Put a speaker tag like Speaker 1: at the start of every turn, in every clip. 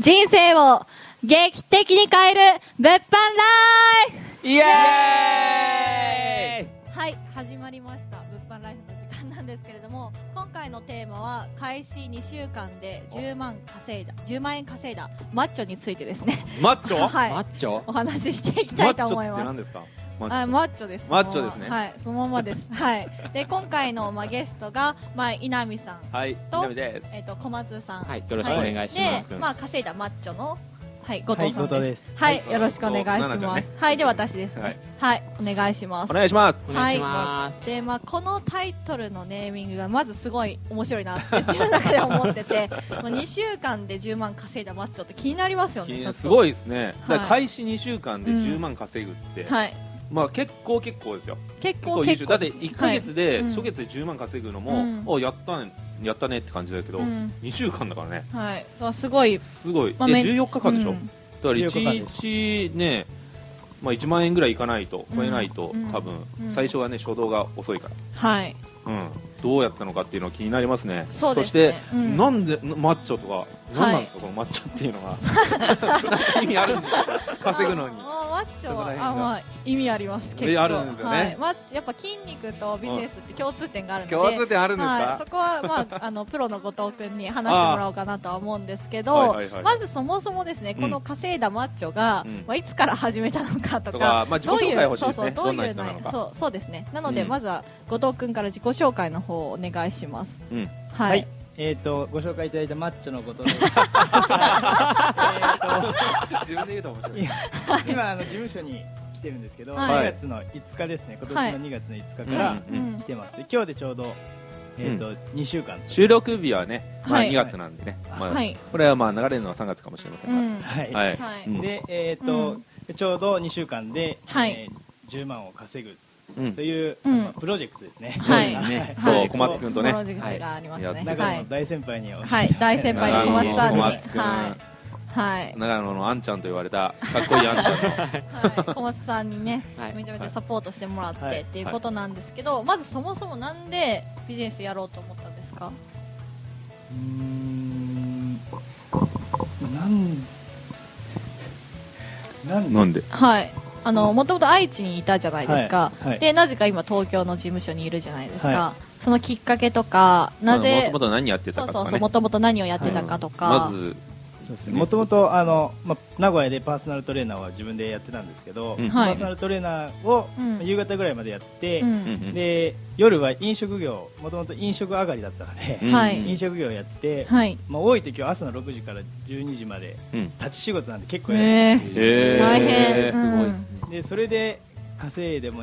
Speaker 1: 人生を劇的に変える物販ライフ
Speaker 2: イエーイ
Speaker 1: はい始まりました物販ライフの時間なんですけれども今回のテーマは開始2週間で10万稼いだ10万円稼いだマッチョについてですね
Speaker 2: マッチョ
Speaker 1: はい
Speaker 3: マッチョ
Speaker 1: お話ししていき
Speaker 2: マ
Speaker 1: たい
Speaker 2: ッチ
Speaker 1: と思い
Speaker 2: ョって
Speaker 1: ま
Speaker 2: 何
Speaker 1: す
Speaker 2: ですかマ
Speaker 1: あ
Speaker 2: ッチョ
Speaker 1: マッチョです
Speaker 2: マッチョですね
Speaker 1: はいそのままですはいで今回のまあゲストがまあ稲見さん
Speaker 2: はい、
Speaker 1: と
Speaker 2: 南です
Speaker 1: えっ、と小松さん
Speaker 3: はいよろしくお願いします
Speaker 1: でまあ稼いだマッチョのはい後藤さん
Speaker 4: はい後藤
Speaker 1: で
Speaker 4: ですす
Speaker 1: はい、
Speaker 2: はい
Speaker 1: よろしくお願いし
Speaker 2: ナナ
Speaker 1: ま
Speaker 2: ち
Speaker 1: す
Speaker 2: ゃんね
Speaker 1: はいで私ですね
Speaker 2: は
Speaker 1: は
Speaker 2: い
Speaker 1: い、お願いします
Speaker 2: お願いします
Speaker 3: お願いします
Speaker 1: でまあ、このタイトルのネーミングがまずすごい面白いなって自分の中で思って てまあ2週間で10万稼いだマッチョって気になりますよねちょっと
Speaker 2: すごいですね、だから
Speaker 1: はい
Speaker 2: 開始2週間で10万稼ぐって、
Speaker 1: はい、
Speaker 2: まあ結構結構ですよ
Speaker 1: 結
Speaker 2: 結構
Speaker 1: 構
Speaker 2: 優秀
Speaker 1: 結構
Speaker 2: だって1か月で、
Speaker 1: はいうん
Speaker 2: 初月で10万稼ぐの
Speaker 1: う
Speaker 2: も、
Speaker 1: ん
Speaker 2: おやったねやったねって感じだけど、
Speaker 1: うん
Speaker 2: 2週間だからね
Speaker 1: はい、はいそうすごい
Speaker 2: すごい、
Speaker 1: まあ
Speaker 2: え
Speaker 1: め
Speaker 2: 14日間でしょ、
Speaker 1: う
Speaker 2: だ
Speaker 1: ん
Speaker 2: から
Speaker 4: 14日
Speaker 2: 1日ね、まあ、1万円ぐらいいかないと
Speaker 1: うん
Speaker 2: 超えないと、
Speaker 1: うん
Speaker 2: 多分、
Speaker 1: うん
Speaker 2: 最初はね初動が遅いか
Speaker 1: はい
Speaker 2: ら、うん、どうやったのかっていうのは気になりますね
Speaker 1: そうです
Speaker 2: して
Speaker 1: ね、うん
Speaker 2: なんでなマッチョとか何なんですか、このマッチョっていうの は意味あるんですか稼ぐのに
Speaker 1: あーマッチョ
Speaker 2: そこら
Speaker 1: は
Speaker 2: 辺が
Speaker 1: あ、まあ、意味あります結構
Speaker 2: あるんですよね
Speaker 1: はい、マッチやっぱ筋肉とビジネスって共通点があるので、
Speaker 2: 共通点あるんですか、
Speaker 1: はい、そこは、まあ、あのプロの後藤君に話してもらおうかなとは思うんですけど、
Speaker 2: あーはいはいはい
Speaker 1: まずそもそもですねこの稼いだマッチョが、
Speaker 2: うん
Speaker 1: まあ、いつから始めたのかとか
Speaker 2: とかまあ
Speaker 1: どう
Speaker 2: 自己
Speaker 1: いう
Speaker 2: 紹介欲しいです
Speaker 1: そう
Speaker 2: ね
Speaker 1: そうどういう
Speaker 2: どんな人なのか
Speaker 1: そうそうですねなので、
Speaker 2: うん
Speaker 1: まずは後藤君から自己紹介の方をお願いします。
Speaker 2: うん
Speaker 1: はい、
Speaker 4: はい、えっ、とご紹介いただいたマッチョの ことです。
Speaker 2: 自分で言うと面白
Speaker 4: いや今あの事務所に来てるんですけど、
Speaker 1: はい
Speaker 4: 2月の5日ですね。今年の2月の5日から
Speaker 2: うん
Speaker 1: うん
Speaker 4: 来てます。で今日でちょうどえっ、と、2週間。
Speaker 2: 収録日はね、まあ、
Speaker 1: はい
Speaker 2: 2月なんでね、まあ
Speaker 1: はい
Speaker 2: これはまあ流れるのは3月かもしれません
Speaker 1: う
Speaker 2: が、
Speaker 1: ん
Speaker 4: はい。
Speaker 2: はい、
Speaker 1: はい
Speaker 2: うん
Speaker 4: でえっ、と、
Speaker 1: うん
Speaker 4: でちょうど2週間で、
Speaker 1: はい
Speaker 4: えー10万を稼ぐ
Speaker 2: うん
Speaker 4: という、
Speaker 1: うん
Speaker 4: まあプロジェクトですね。
Speaker 1: そうです
Speaker 3: ね
Speaker 4: はい
Speaker 2: そう
Speaker 1: はい
Speaker 2: 小松君とね
Speaker 1: プロジェクトがありましたね、
Speaker 2: はい
Speaker 4: 中野の大先輩に教えて、
Speaker 1: はい、大先輩の小松さんに、
Speaker 2: 長野の小松君
Speaker 1: はい、はい、
Speaker 2: 長野のあんちゃんと言われたかっこいいあんちゃんの
Speaker 1: はい小松さんにね、
Speaker 3: はい
Speaker 1: めちゃめちゃサポートしてもらって、
Speaker 4: はい
Speaker 1: っていうことなんですけど、まずそもそもなんでビジネスやろうと思ったんですか。
Speaker 4: うーんなんなん
Speaker 2: なんで
Speaker 1: はい、あの、もともと愛知にいたじゃないですか、
Speaker 4: はいはい
Speaker 1: で、なぜか今東京の事務所にいるじゃないですか。
Speaker 4: は
Speaker 1: そのきっかけとか、な
Speaker 2: も
Speaker 1: ぜ
Speaker 2: とも。と何やって
Speaker 1: そ
Speaker 2: た
Speaker 1: う
Speaker 2: か
Speaker 1: そ
Speaker 2: と
Speaker 1: う
Speaker 2: か
Speaker 1: そう、
Speaker 2: ね
Speaker 1: もともと何をやってたかとか。
Speaker 2: まず、
Speaker 4: そうですねもともとあの、ま、名古屋でパーソナルトレーナーは自分でやってたんですけど、
Speaker 2: うん
Speaker 4: パ
Speaker 1: はい
Speaker 4: ーソナルトレーナーを、
Speaker 1: うん
Speaker 4: 夕方ぐらいまでやって、
Speaker 1: う、
Speaker 2: うんうんん
Speaker 4: で夜は飲食業もともと飲食上がりだったので、
Speaker 2: うん
Speaker 1: はい
Speaker 2: うん
Speaker 4: 飲食業やって、
Speaker 1: はい、
Speaker 4: まあ、多い時は朝の6時から12時まで
Speaker 2: うん
Speaker 4: 立ち仕事なんで結構やるんですよ、
Speaker 1: え
Speaker 2: へー
Speaker 1: 大変
Speaker 2: すごいです
Speaker 3: ね
Speaker 4: でそれで稼いでも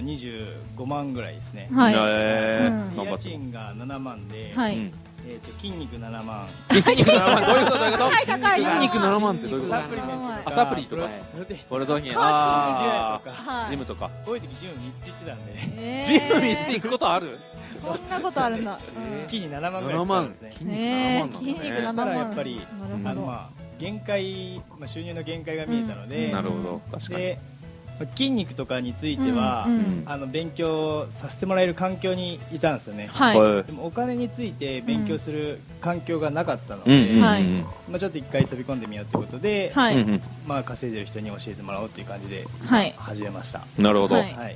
Speaker 4: 25万ぐらいですね、
Speaker 1: ー、はい、
Speaker 2: へ
Speaker 1: うん
Speaker 2: ー頑張
Speaker 4: 家
Speaker 2: って
Speaker 4: 賃が7万で、
Speaker 1: はい、
Speaker 2: うん
Speaker 4: えー、と筋肉7万
Speaker 2: 筋肉7万どう いうことどういうこと
Speaker 1: い高いな
Speaker 2: 筋肉7万ってどういうこ
Speaker 3: 筋
Speaker 2: と
Speaker 3: 肉
Speaker 4: サプリメントと
Speaker 2: あ
Speaker 4: か
Speaker 2: サプリとか
Speaker 4: プロテイン
Speaker 2: ボルトニー
Speaker 4: あ
Speaker 2: あ
Speaker 4: ー
Speaker 1: はい
Speaker 2: ージムとか
Speaker 4: 多い時ジム3つ行ってたんで、
Speaker 1: えー
Speaker 2: ジム3つ行くことある
Speaker 1: そんなことあるんだ。うん
Speaker 4: 月に7万ぐらい
Speaker 2: 7
Speaker 4: 行ってたん
Speaker 2: 万
Speaker 4: ですね
Speaker 2: 筋肉7
Speaker 1: ね
Speaker 2: 万
Speaker 1: え
Speaker 2: な
Speaker 1: 筋
Speaker 2: ん
Speaker 1: 肉7
Speaker 2: だね
Speaker 4: な
Speaker 1: 万
Speaker 4: らやっぱり
Speaker 1: な
Speaker 4: あ
Speaker 1: るほど
Speaker 4: のまあ限界、まあ、収入の限界が見えたので,、
Speaker 1: うん
Speaker 2: なるほど確かに
Speaker 4: でまあ筋肉とかについては、
Speaker 1: うん
Speaker 2: うん
Speaker 4: あの勉強させてもらえる環境にいたんですよね、
Speaker 1: はい
Speaker 2: は
Speaker 4: でもお金について勉強する環境がなかった
Speaker 2: いう
Speaker 4: の
Speaker 2: ん
Speaker 4: で、
Speaker 2: うんうん
Speaker 1: はい
Speaker 4: まあ、ちょっと一回飛び込んでみようということで、
Speaker 1: はい、
Speaker 2: うん
Speaker 4: まあ、稼いでる人に教えてもらおうという感じで
Speaker 1: はい
Speaker 4: 始めました、
Speaker 2: うんなるほど
Speaker 1: は
Speaker 2: はいい
Speaker 4: はい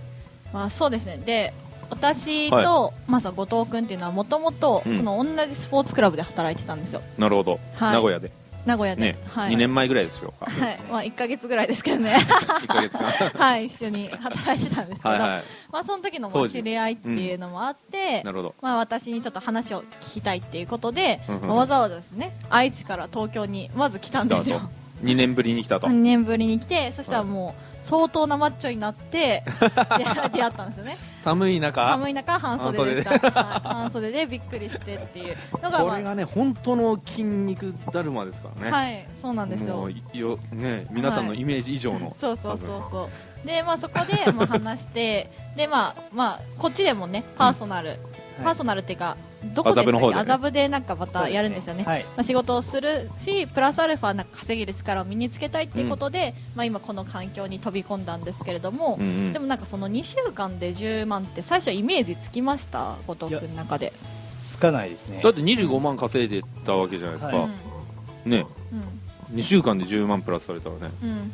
Speaker 1: まあそうですねで私と、
Speaker 2: は
Speaker 1: まあさ後藤君っていうのはもともと
Speaker 2: うん
Speaker 1: その同じスポーツクラブで働いてたんですよ
Speaker 2: なるほど
Speaker 1: はい
Speaker 2: 名古屋で
Speaker 1: 名古屋で、
Speaker 2: ね
Speaker 1: はい、
Speaker 2: 2年前ぐらいですよ
Speaker 1: はい、まあ1か月ぐらいですけどね
Speaker 2: 1か 月間
Speaker 1: はい一緒に働いてたんですけど
Speaker 2: はいはい
Speaker 1: まあその時のま
Speaker 2: 当
Speaker 1: あ
Speaker 2: 時
Speaker 1: 知り合いっていうのもあって、
Speaker 2: なるほど
Speaker 1: まあ、私にちょっと話を聞きたいっていうことで、
Speaker 2: うんうんうん
Speaker 1: まあわざわざですね愛知から東京にまず来たんですよ
Speaker 2: 2年ぶりに来たと
Speaker 1: 3年ぶりに来てそしたらもう相当なマッチョになって出会ったんですよね
Speaker 2: 寒い中
Speaker 1: 寒い中半袖でしたはい半袖でびっくりしてっていうのが、
Speaker 2: これ
Speaker 1: ま
Speaker 2: がね本当の筋肉だるまですから
Speaker 1: あ、
Speaker 2: ね
Speaker 1: はいそうなんです
Speaker 2: も
Speaker 1: よ
Speaker 2: うよね皆さんのイメージ以上の
Speaker 1: そうそうそうそうでまあそこでまあ話してでまあまあこっちでもねパーソナル、パーソナルっていうかどこでしたっけ
Speaker 2: 麻布の方でね
Speaker 1: 麻布でなんかまたやるんですよね
Speaker 4: そうですねはい
Speaker 1: まあ、仕事をするしプラスアルファなんか稼げる力を身につけたいっていうことで、まあ、今この環境に飛び込んだんですけれども、
Speaker 2: うんうん
Speaker 1: でもなんかその2週間で10万って最初イメージつきました後藤君の中で、
Speaker 4: つかないですね
Speaker 2: だって25万稼いでたわけじゃないです
Speaker 4: い
Speaker 2: か
Speaker 4: や
Speaker 1: うん
Speaker 2: ね
Speaker 1: うん
Speaker 2: 2週間で10万プラスされたらね
Speaker 1: うん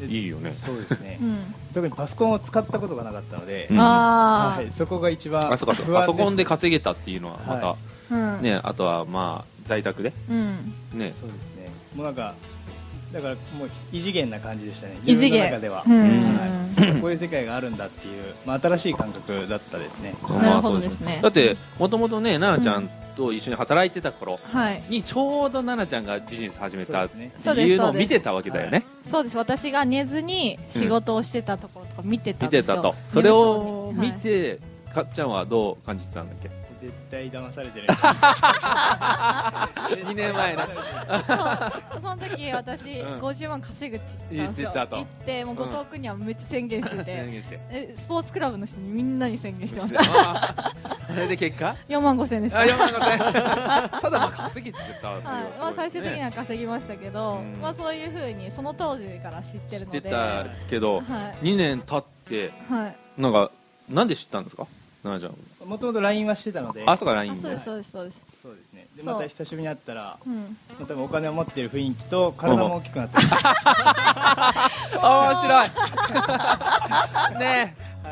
Speaker 4: で
Speaker 2: いいよね
Speaker 4: そうですね
Speaker 1: うん
Speaker 4: 特にパソコンを使ったことがなかったので、
Speaker 2: うん
Speaker 1: あ
Speaker 4: はい、そこが一番不安
Speaker 2: あそうかそうかパソコンで稼げたっていうのはまた、
Speaker 4: は
Speaker 1: あ、うん、
Speaker 2: ねあとはまあ在宅で
Speaker 1: うん、
Speaker 2: ね
Speaker 4: そうですねもうなんかだからもう異次元な感じでしたね
Speaker 1: 異
Speaker 4: 自
Speaker 1: 次
Speaker 4: 分の
Speaker 1: 元
Speaker 4: 中では、
Speaker 1: うん
Speaker 4: はい、こういう世界があるんだっていう、まあ、新しい感覚だったですね
Speaker 1: なる
Speaker 2: まあ
Speaker 1: ほ
Speaker 2: そ
Speaker 1: ど
Speaker 2: う
Speaker 1: ですね
Speaker 2: だってもともとね奈々ちゃんと一緒に働いてた頃
Speaker 1: はい
Speaker 2: にちょうど奈々ちゃんがビジネス始めたっ
Speaker 4: そうです
Speaker 1: ね
Speaker 2: ていうのを見てたわけだよね
Speaker 1: そうです私が寝ずに仕事をしてたところとか見てた
Speaker 2: 見
Speaker 1: んで
Speaker 2: て
Speaker 1: すよ
Speaker 2: たとそれを
Speaker 1: 寝
Speaker 2: 見
Speaker 1: ずそうに
Speaker 2: て、かっちゃんはどう感じてたんだっけ
Speaker 4: 絶対騙され てる
Speaker 2: 2年前ね
Speaker 1: はいその時私
Speaker 2: うん
Speaker 1: 50万稼ぐって言ったんですよ
Speaker 2: 言ってたと
Speaker 1: 言ってもう後藤んにはめっちゃ宣言してて、
Speaker 2: 宣言して
Speaker 1: えスポーツクラブの人にみんなに宣言してま した
Speaker 2: あーそれで結果
Speaker 1: 4万5千円でした
Speaker 2: あやばいやばいただまあ稼ぎてたっていうの
Speaker 1: はい
Speaker 2: はす
Speaker 1: まあ、
Speaker 2: ごいね
Speaker 1: 最終的には稼ぎましたけど、
Speaker 2: うん
Speaker 1: まあ、そういうふうにその当時から知って
Speaker 2: 知
Speaker 1: る
Speaker 2: っ
Speaker 1: の
Speaker 2: て
Speaker 1: で
Speaker 2: たけど
Speaker 1: は
Speaker 2: 2年経って
Speaker 1: い、はい、
Speaker 2: なんかなんで知ったんですか奈々ち
Speaker 4: もともと LINE はしてたので
Speaker 2: ゃんあそうか LINE
Speaker 1: あそう
Speaker 2: で
Speaker 1: ですそうですそうです、
Speaker 4: そうですねで
Speaker 1: そう
Speaker 4: また久しぶりに会ったら
Speaker 1: うん、
Speaker 4: 多分お金を持ってる雰囲気と体も大きく なってる
Speaker 2: 面白いねえお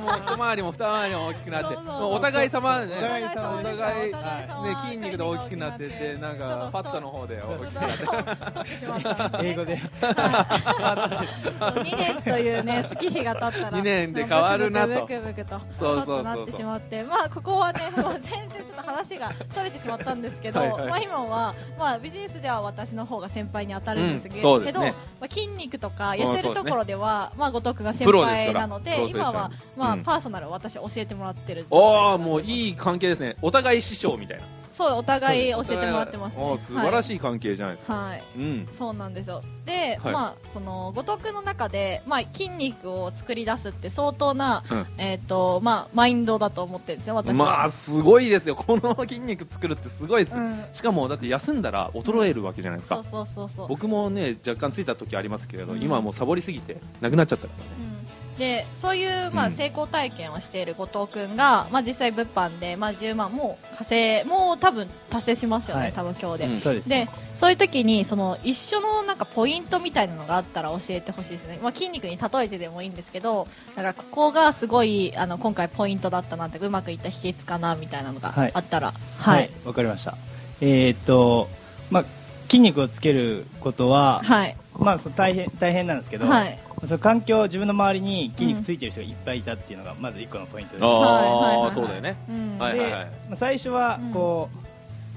Speaker 2: もう一回りも二回りも大きくなって
Speaker 1: そうそう
Speaker 2: もうお互い様でね
Speaker 4: お互い様
Speaker 2: お
Speaker 4: です
Speaker 2: 互いね
Speaker 1: お互い様
Speaker 2: 筋肉で大きくなっててなんかパッドの方で大きく
Speaker 1: ちょ
Speaker 2: なって
Speaker 1: っと太ってしまったんね
Speaker 4: 英語で
Speaker 1: 2年という ね月日が経ったら
Speaker 2: 二年で変わるなと
Speaker 1: ブクブクブクブクと
Speaker 2: そうそうそうそう
Speaker 1: なってしまってまあここはねもう全然ちょっと話がそれてしまったんですけど
Speaker 2: はいはい
Speaker 1: まあ今はまあビジネスでは私の方が先輩に当たるんですけ
Speaker 2: うん
Speaker 1: ど、
Speaker 2: そうですね
Speaker 1: まあ筋肉とか
Speaker 2: ん
Speaker 1: 痩せるところではまあ後藤君が先
Speaker 2: プロですか
Speaker 1: 輩
Speaker 2: ら
Speaker 1: なので
Speaker 2: プロフェッショナ
Speaker 1: 今
Speaker 2: ル
Speaker 1: はまあ
Speaker 2: うん
Speaker 1: パーソナルを私教えてもらってるんですよ
Speaker 2: ああもういい関係ですねお互い師匠みたいな
Speaker 1: そうお互い教えてもらってます、ね、
Speaker 2: おー素晴らしい関係じゃないですか、
Speaker 1: はいはい
Speaker 2: うん
Speaker 1: そうなんですよで、
Speaker 2: はい
Speaker 1: まあその五徳の中で、まあ、筋肉を作り出すって相当な、
Speaker 2: うん
Speaker 1: えっ、とまあマインドだと思ってるんですよ私は、
Speaker 2: まあすごいですよこの筋肉作るってすごいです、
Speaker 1: うん
Speaker 2: しかもだって休んだら衰えるわけじゃないですか、
Speaker 1: そうそうそうそう、
Speaker 2: 僕もね若干ついた時ありますけれど、
Speaker 1: うん
Speaker 2: 今はもうサボりすぎてなくなっちゃったからね
Speaker 1: うん、でそういう、ま
Speaker 2: う
Speaker 1: あ、
Speaker 2: ん
Speaker 1: 成功体験をしている後藤君が、まあ、実際物販で、まあ、10万もう稼いもう多分達成しますよね、
Speaker 4: はい
Speaker 1: 多分今日で、
Speaker 2: うん
Speaker 4: そうですね
Speaker 1: でそういう時にその一緒のなんかポイントみたいなのがあったら教えてほしいですね、まあ、筋肉に例えてでもいいんですけどなんかここがすごいあの今回ポイントだったなってうまくいった秘訣かなみたいなのが
Speaker 4: はい
Speaker 1: あったらは
Speaker 4: はいいわかりましたえーっとまあ筋肉をつけることは、
Speaker 1: はい
Speaker 4: まあその大変大変なんですけど、
Speaker 1: はい
Speaker 4: その環境自分の周りに筋肉ついてる人がいっぱいいたっていうのがまず一個のポイントです、
Speaker 1: はいはい
Speaker 2: あ
Speaker 1: は
Speaker 2: あ
Speaker 1: い
Speaker 2: そうだよね
Speaker 1: うん
Speaker 2: はい
Speaker 4: で、まあ、最初は
Speaker 1: うん
Speaker 4: こう、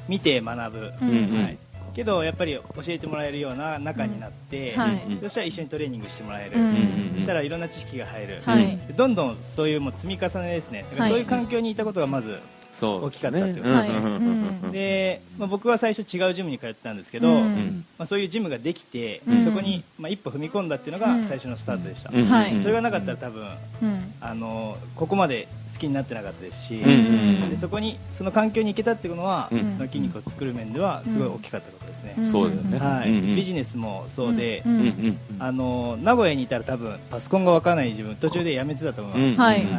Speaker 4: 見て学ぶ、
Speaker 1: う
Speaker 2: うんんうん
Speaker 4: はいけどやっぱり教えてもらえるような仲になって、
Speaker 1: うんはい
Speaker 4: そしたら一緒にトレーニングしてもらえる、
Speaker 1: うん
Speaker 4: そしたらいろんな知識が入る、
Speaker 1: はい、
Speaker 2: うん
Speaker 4: でどんどんそういうもう積み重ねですねだから
Speaker 1: はい
Speaker 4: そういう環境にいたことがまず、
Speaker 2: そうですねうん
Speaker 4: 大きか
Speaker 1: ったってことですね
Speaker 2: うんうんうんうん
Speaker 4: で、まあ、僕は最初違うジムに通ってたんですけど、
Speaker 1: うん
Speaker 4: ま
Speaker 2: ん
Speaker 4: あ、そういうジムができて、
Speaker 1: うん
Speaker 4: そこに、まあ、一歩踏み込んだっていうの
Speaker 1: う
Speaker 4: が
Speaker 1: ん
Speaker 4: 最初のスタートでした、
Speaker 2: うんうん
Speaker 1: はい
Speaker 2: うん
Speaker 4: それがなかったら多分
Speaker 1: うん
Speaker 4: あのここまで好きになってなかったですし、
Speaker 2: うんうんうん
Speaker 4: でそこにその環境に行けたっていうのは、
Speaker 2: うん
Speaker 4: その筋肉を作る面ではすごい大きかったことですね、
Speaker 2: そうだよね
Speaker 4: はい
Speaker 2: うんうん
Speaker 4: ビジネスもそうで、
Speaker 1: うんう
Speaker 2: う
Speaker 1: んん
Speaker 2: うん
Speaker 4: あの名古屋にいたら多分パソコンがわからない自分途中で辞めてたと思います、
Speaker 2: うん
Speaker 1: はい
Speaker 2: うんう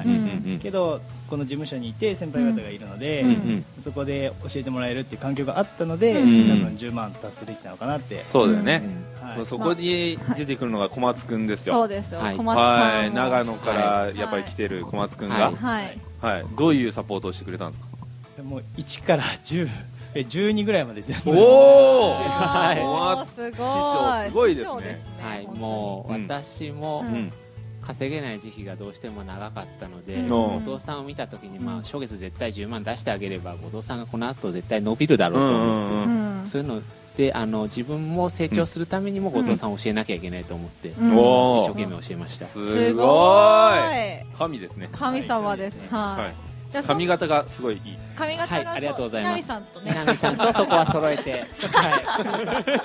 Speaker 2: んうん
Speaker 4: けどこの事務所にいて先輩方がいるので、
Speaker 2: うんうん
Speaker 4: そこで教えてもらえるっていう環境があったので、
Speaker 2: うん
Speaker 4: 多分10万達成できたのかなって、
Speaker 2: そうだよね
Speaker 4: はい
Speaker 2: そこに出てくるのが小松くんです
Speaker 1: そう
Speaker 2: よ
Speaker 1: ですよ、
Speaker 3: はい
Speaker 1: 小松さ
Speaker 2: は
Speaker 1: ん
Speaker 2: い
Speaker 1: も
Speaker 2: 長野から
Speaker 1: い
Speaker 2: やっぱり来てる小松くんが
Speaker 3: はい
Speaker 1: はい
Speaker 2: はいどういうサポートをしてくれたんですか
Speaker 4: もう1から10え12ぐらいまで全部
Speaker 2: おお
Speaker 1: あー
Speaker 2: 小松
Speaker 1: すごい
Speaker 2: 師匠すごいですね
Speaker 3: はい、もう
Speaker 2: うん
Speaker 3: 私も
Speaker 1: う
Speaker 2: うん
Speaker 3: 稼げない時期がどうしても長かったので、
Speaker 1: うん
Speaker 3: 後藤さんを見た時に、まあ、初月絶対10万出してあげれば後藤さんがこの後絶対伸びるだろうと思って、
Speaker 2: うん
Speaker 1: う
Speaker 2: うん
Speaker 1: ん
Speaker 3: そういうのであの自分も成長するためにも後藤さんを教えなきゃいけないと思って、
Speaker 1: うん
Speaker 2: お
Speaker 3: 一生
Speaker 2: お
Speaker 3: 懸命教えました、
Speaker 2: す
Speaker 1: す
Speaker 2: ご
Speaker 1: ご
Speaker 2: い
Speaker 1: い
Speaker 2: 神ですね
Speaker 1: 神様です。はい。
Speaker 2: はい
Speaker 1: じゃあそ
Speaker 2: 髪型がすごいいい
Speaker 1: 髪型が
Speaker 3: はいありがとうございます
Speaker 1: そう南さんとね、
Speaker 3: 南さんとそこは揃えて、は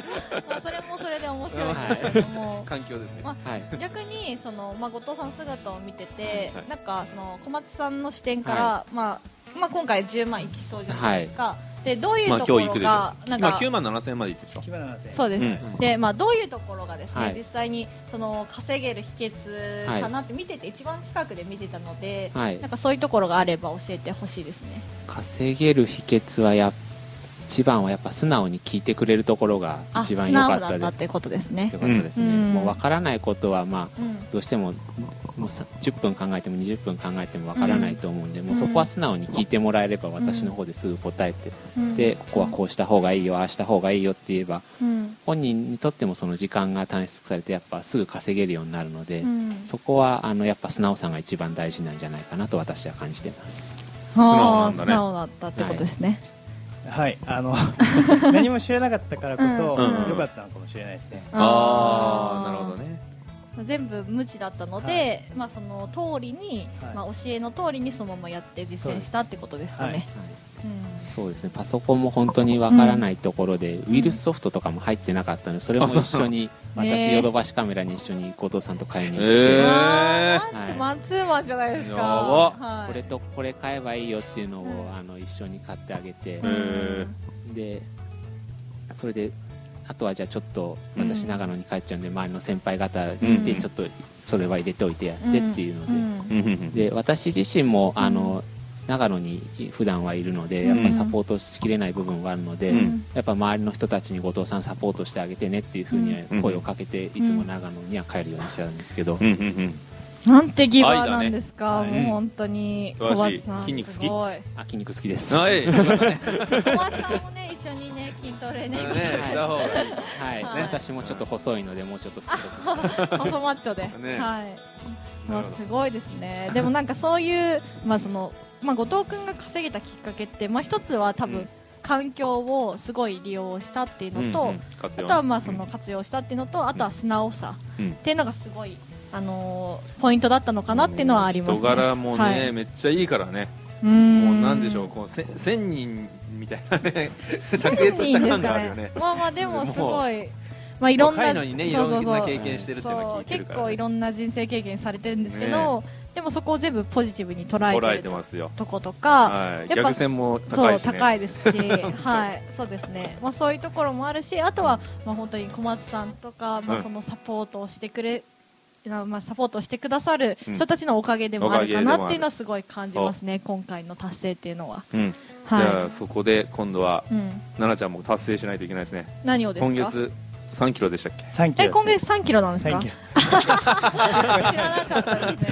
Speaker 1: まあそれもそれで面白いですけども。
Speaker 2: 環境ですね
Speaker 3: いはい、
Speaker 1: 逆にそのまあ後藤さんの姿を見てて、
Speaker 2: はい
Speaker 1: なんかその小松さんの視点から、
Speaker 3: は
Speaker 1: まあまあ今回10万いきそうじゃないですか。でどういう
Speaker 2: まあ
Speaker 1: とこ
Speaker 2: 今
Speaker 1: ろ
Speaker 2: 日行くでし
Speaker 1: が、
Speaker 2: ょ
Speaker 1: なん
Speaker 2: 今
Speaker 1: か
Speaker 2: 9万7000円まで行ってるでしょ
Speaker 4: 木村7000
Speaker 1: そうです。
Speaker 3: うん
Speaker 1: でまあどういうところがですね、
Speaker 3: はい
Speaker 1: 実際にその稼げる秘訣かなって見てて一番近くで見てたので、
Speaker 3: はい
Speaker 1: なんかそういうところがあれば教えてほしいですね。
Speaker 3: 稼げる秘訣はやっ一番はやっぱ素直に聞いてくれるところが
Speaker 1: あ素
Speaker 3: 一番良か
Speaker 1: 直
Speaker 3: っ
Speaker 1: だ
Speaker 3: た
Speaker 1: ったっ
Speaker 3: です
Speaker 1: てことですね
Speaker 3: 良かったですね、
Speaker 1: うん
Speaker 3: もう分からないことはま
Speaker 1: う
Speaker 3: あ
Speaker 1: ん
Speaker 3: どうしてももうさ10分考えても20分考えても分からないと思うんで、もうそこは素直に聞いてもらえれば私の方ですぐ答えて、
Speaker 1: うん
Speaker 3: でここはこうした方がいいよああした方がいいよって言えば
Speaker 1: うん
Speaker 3: 本人にとってもその時間が短縮されてやっぱすぐ稼げるようになるので、
Speaker 1: うん
Speaker 3: そこはあのやっぱ素直さが一番大事なんじゃないかなと私は感じてます
Speaker 1: 素
Speaker 2: 直なんだ
Speaker 1: 素
Speaker 2: ね
Speaker 1: 直だったってことですね、
Speaker 4: はい あの何も知らなかったからこそ
Speaker 2: うんうん
Speaker 4: 良かったのかもしれないですね
Speaker 2: ああなるほどね
Speaker 1: 全部無知だったので、まあ、その通りに、
Speaker 4: はい
Speaker 1: まあ、教えの通りにそのままやって実践したってことですかね。
Speaker 3: そうですねパソコンも本当にわからないところで、ウイルスソフトとかも入ってなかったのでそれも一緒に
Speaker 1: あそうなの
Speaker 3: 私
Speaker 1: ねえ
Speaker 3: ヨドバシカメラに一緒に後藤さんと買いに行って、
Speaker 1: う
Speaker 2: え
Speaker 1: ん
Speaker 2: ー
Speaker 1: わーなんて
Speaker 3: はい
Speaker 1: マンツーマンじゃないですか。
Speaker 2: やば
Speaker 1: はい、
Speaker 3: これとこれ買えばいいよっていうのを、
Speaker 1: うん
Speaker 3: あの一緒に買ってあげて、
Speaker 1: うん
Speaker 2: え
Speaker 3: でそれであとはじゃあちょっと
Speaker 1: うん
Speaker 3: 私長野に帰っちゃうんで、周りの先輩方に
Speaker 2: う
Speaker 3: て
Speaker 2: ん
Speaker 3: ちょっとそれは入れておいてやってっていうので、
Speaker 1: ん
Speaker 3: で私自身もあの、長野に普段はいるのでやっぱサポートしきれない部分はあるので、
Speaker 2: うん
Speaker 3: やっぱ周りの人たちに後藤さんサポートしてあげてねっていうふう
Speaker 2: うん
Speaker 3: に声をかけて、いつも長野には帰るようにしてたんですけど、
Speaker 2: うんうんうん
Speaker 1: なんてギバーなんですか、
Speaker 4: 愛だ
Speaker 2: ね
Speaker 1: もう本当に
Speaker 2: 素晴
Speaker 1: 小
Speaker 2: らしい
Speaker 1: 橋さん
Speaker 2: 筋肉好き
Speaker 1: すごい
Speaker 3: あ筋肉好きです。
Speaker 2: は
Speaker 3: はい
Speaker 2: いね
Speaker 1: 小橋さんもね一緒にね筋トレね
Speaker 2: した方がいい
Speaker 1: はい
Speaker 3: 私もちょっと細いのでもうちょっと太くして
Speaker 1: 細マッチョで、はい、
Speaker 2: ね
Speaker 1: ま
Speaker 2: な
Speaker 1: あ、
Speaker 2: るほど
Speaker 1: すごいですね、でもなんかそういう、まあそのまあ、後藤君が稼げたきっかけって、まあ、一つは多分、
Speaker 2: うん
Speaker 1: 環境をすごい利用したっていうのと、
Speaker 2: うんうん活
Speaker 1: あ
Speaker 2: 用
Speaker 1: とはまあその活用したっていうのと、あとは素直さ
Speaker 2: うん
Speaker 1: っていうのがすごい、あのーポイントだったのかなっていうのはありますね。
Speaker 2: 人柄もね、
Speaker 1: はい
Speaker 2: めっちゃいいからね
Speaker 1: うん
Speaker 2: もうなんでしょうこうせ千人みたいなね 卓越した感があ るよね
Speaker 1: まあまあでもすごい。まあいろん
Speaker 2: 若
Speaker 1: な、
Speaker 2: いのにねい
Speaker 1: そう
Speaker 2: ろ
Speaker 1: そうんそう
Speaker 2: な経験してるっていうのは
Speaker 1: そ
Speaker 2: 聞
Speaker 1: う
Speaker 2: いてる
Speaker 1: 結
Speaker 2: から、
Speaker 1: 構
Speaker 2: ね
Speaker 1: い、ろんな人生経験されてるんですけど、でもそこを全部ポジティブに捉えてる
Speaker 2: 捉えてますよ
Speaker 1: とことか、
Speaker 2: はい
Speaker 1: やっぱ
Speaker 2: 逆線も
Speaker 1: そう
Speaker 2: 高いしね
Speaker 1: 高いです し、はい、そうですね。まあそういうところもあるし、あとはまあ本当に小松さんとか、ま
Speaker 2: う
Speaker 1: あ
Speaker 2: ん
Speaker 1: そのサポートをしてくれ、なまあサポートしてくださる
Speaker 2: うん
Speaker 1: 人たちのおかげでもあるか
Speaker 2: おかげでも
Speaker 1: な
Speaker 2: ある
Speaker 1: っていうのはすごい感じますね。今回の達成っていうのは、
Speaker 2: うん、じゃ
Speaker 1: は、
Speaker 2: あそこで今度はい
Speaker 1: うん、
Speaker 2: 奈々ちゃんも達成しないといけないですね
Speaker 1: 何をですか。
Speaker 2: 今月3キロでしたっけ
Speaker 4: 3キ
Speaker 1: え
Speaker 4: ロ
Speaker 1: 今月3キロなんですか
Speaker 4: 3キロ
Speaker 1: 知らなかったで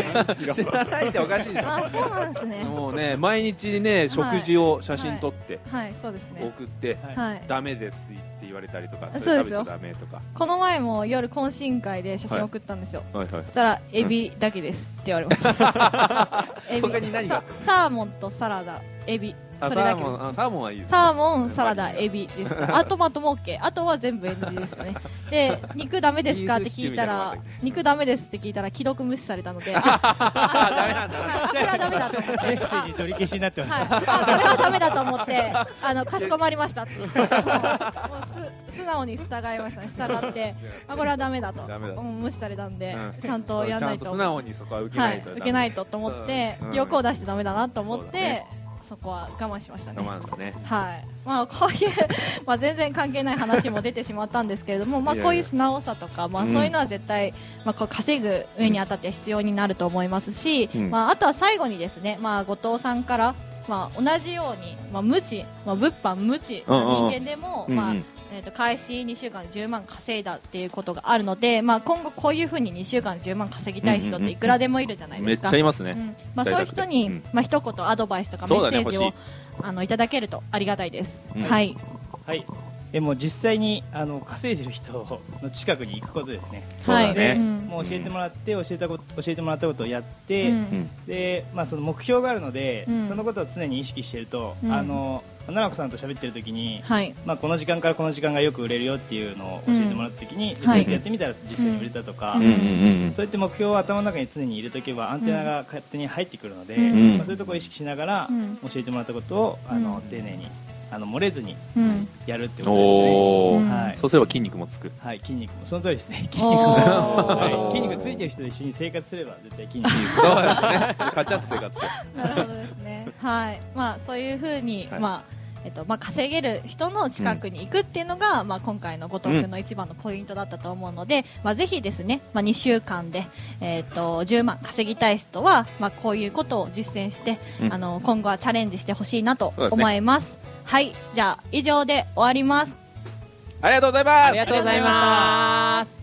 Speaker 1: すね
Speaker 2: 知らないっておかし いでし
Speaker 1: あそうなんです
Speaker 2: ょ
Speaker 1: ね
Speaker 2: もうね毎日ね食事を写真撮って
Speaker 1: はいそうですね
Speaker 2: 送って、
Speaker 4: はい
Speaker 1: はい
Speaker 2: ダメですって言われたりとか
Speaker 1: そう
Speaker 2: それ
Speaker 1: で
Speaker 2: 食
Speaker 1: す
Speaker 2: べ
Speaker 1: よ
Speaker 2: ちゃダメとか
Speaker 1: この前も夜懇親会で写真送ったんですよ、
Speaker 2: はいはい
Speaker 1: そしたらエビだけですって言われました エビ
Speaker 2: 他に何が
Speaker 1: さサーモンとサラダエビそ
Speaker 2: あ
Speaker 1: れ
Speaker 2: サ
Speaker 1: だ
Speaker 2: ー
Speaker 1: け
Speaker 2: モ
Speaker 1: です
Speaker 2: ンあサーモンはいいですね
Speaker 1: サーモン、サラダ、エビですか。あ、トマトも OK。あとは全部 NG ですね。で、肉ダメですかって聞いたら、肉ダメですって聞いたら、既読無視されたの で、あ、ああこれはダメだと思って。
Speaker 4: メッセージ取り消しになってまし
Speaker 1: はい、
Speaker 4: た
Speaker 1: あそれはダメだと思ってあのかしこまりま したってもうす素直に従いましたね従 ってあこれはダメだと
Speaker 2: ダメだと
Speaker 1: うん無視されたんで、
Speaker 2: うん
Speaker 1: ちゃんとやらないと
Speaker 2: ちゃんと素直にそこは受け
Speaker 1: は
Speaker 2: ない
Speaker 1: い
Speaker 2: と、
Speaker 1: 受けないとと思って、
Speaker 2: そううん
Speaker 1: 欲を出してダメだなと思っ
Speaker 2: そう
Speaker 1: てそ,、
Speaker 2: だね
Speaker 1: こは我慢しましたね
Speaker 2: 我慢だね
Speaker 1: はいまあ、こういうまあ全然関係ない話も出てしまったんですけれども、まあ、
Speaker 2: いやいや
Speaker 1: こういう素直さとか、ま
Speaker 2: う
Speaker 1: あ、
Speaker 2: ん
Speaker 1: そういうのは絶対、まあ、こう稼ぐ上にあたって必要になると思いますし、
Speaker 2: うん
Speaker 1: まあ、あとは最後にですね、まあ、後藤さんから、まあ、同じように、まあ、無知、まあ、物販無知な人間でも、
Speaker 2: うんうん
Speaker 1: まあえー、と開始2週間で10万稼いだっていうことがあるので、まあ、今後こういうふうに2週間で10万稼ぎたい人っていくらでもいるじゃない
Speaker 2: め
Speaker 1: で
Speaker 2: っ
Speaker 1: すか。
Speaker 2: ちゃいますね、
Speaker 1: うんまあ、
Speaker 2: 在
Speaker 1: そういう
Speaker 2: 宅で
Speaker 1: 人に、
Speaker 2: うん
Speaker 1: まあ一言アドバイスとかメ
Speaker 2: そう
Speaker 1: ッ
Speaker 2: だね
Speaker 1: セージを、
Speaker 2: 欲し
Speaker 1: あのいただけるとありがたいです、
Speaker 2: うん
Speaker 1: はい
Speaker 4: はいでも実際にあの稼いでる人の近くに行くことですね
Speaker 2: そうだね
Speaker 1: はいうん
Speaker 4: もう教えてもらって教えたこと教えてもらったことをやって、
Speaker 1: うん
Speaker 4: でまあ、その目標があるので、
Speaker 1: うん
Speaker 4: そのことを常に意識していると、
Speaker 1: うん
Speaker 4: あの奈々子さんと喋ってる時に、
Speaker 1: はい
Speaker 4: まあ、この時間からこの時間がよく売れるよっていうのを教えてもらった時に、
Speaker 1: ん
Speaker 4: 実際にやってみたら実際に売れたとか、
Speaker 1: うん
Speaker 2: ん
Speaker 4: そうやって目標を頭の中に常に入れとけばアンテナが勝手に入ってくるので、
Speaker 1: うん
Speaker 4: まあ、そういうところを意識しながら、
Speaker 1: うん
Speaker 4: 教えてもらったことをあの、
Speaker 1: うん
Speaker 4: 丁寧にあの漏れずに
Speaker 1: うん
Speaker 4: やるってことですね。
Speaker 2: おお、
Speaker 1: うん
Speaker 4: はい
Speaker 2: そうすれば筋肉もつく
Speaker 4: はい、筋肉もその通りですね筋肉
Speaker 1: お
Speaker 4: も、
Speaker 1: ー
Speaker 4: はい、筋肉ついてる人と一緒に生活すれば絶対筋 肉
Speaker 2: そうですねカチャッと生活して
Speaker 1: なるほどですねはいまあそういうふうに、
Speaker 2: はい
Speaker 1: まあえっとまあ、稼げる人の近くに行くっていうのが、まあ、今回の後藤君の一番のポイントだったと思うので、まあ、ぜひですね、まあ、2週間で、えっと10万稼ぎたい人は、まあ、こういうことを実践して、
Speaker 2: うん
Speaker 1: あの今後はチャレンジしてほしいなと
Speaker 2: そうですね
Speaker 1: 思います。はいじゃあ以上で終わります
Speaker 2: ありがとうございます
Speaker 3: ありがとうございます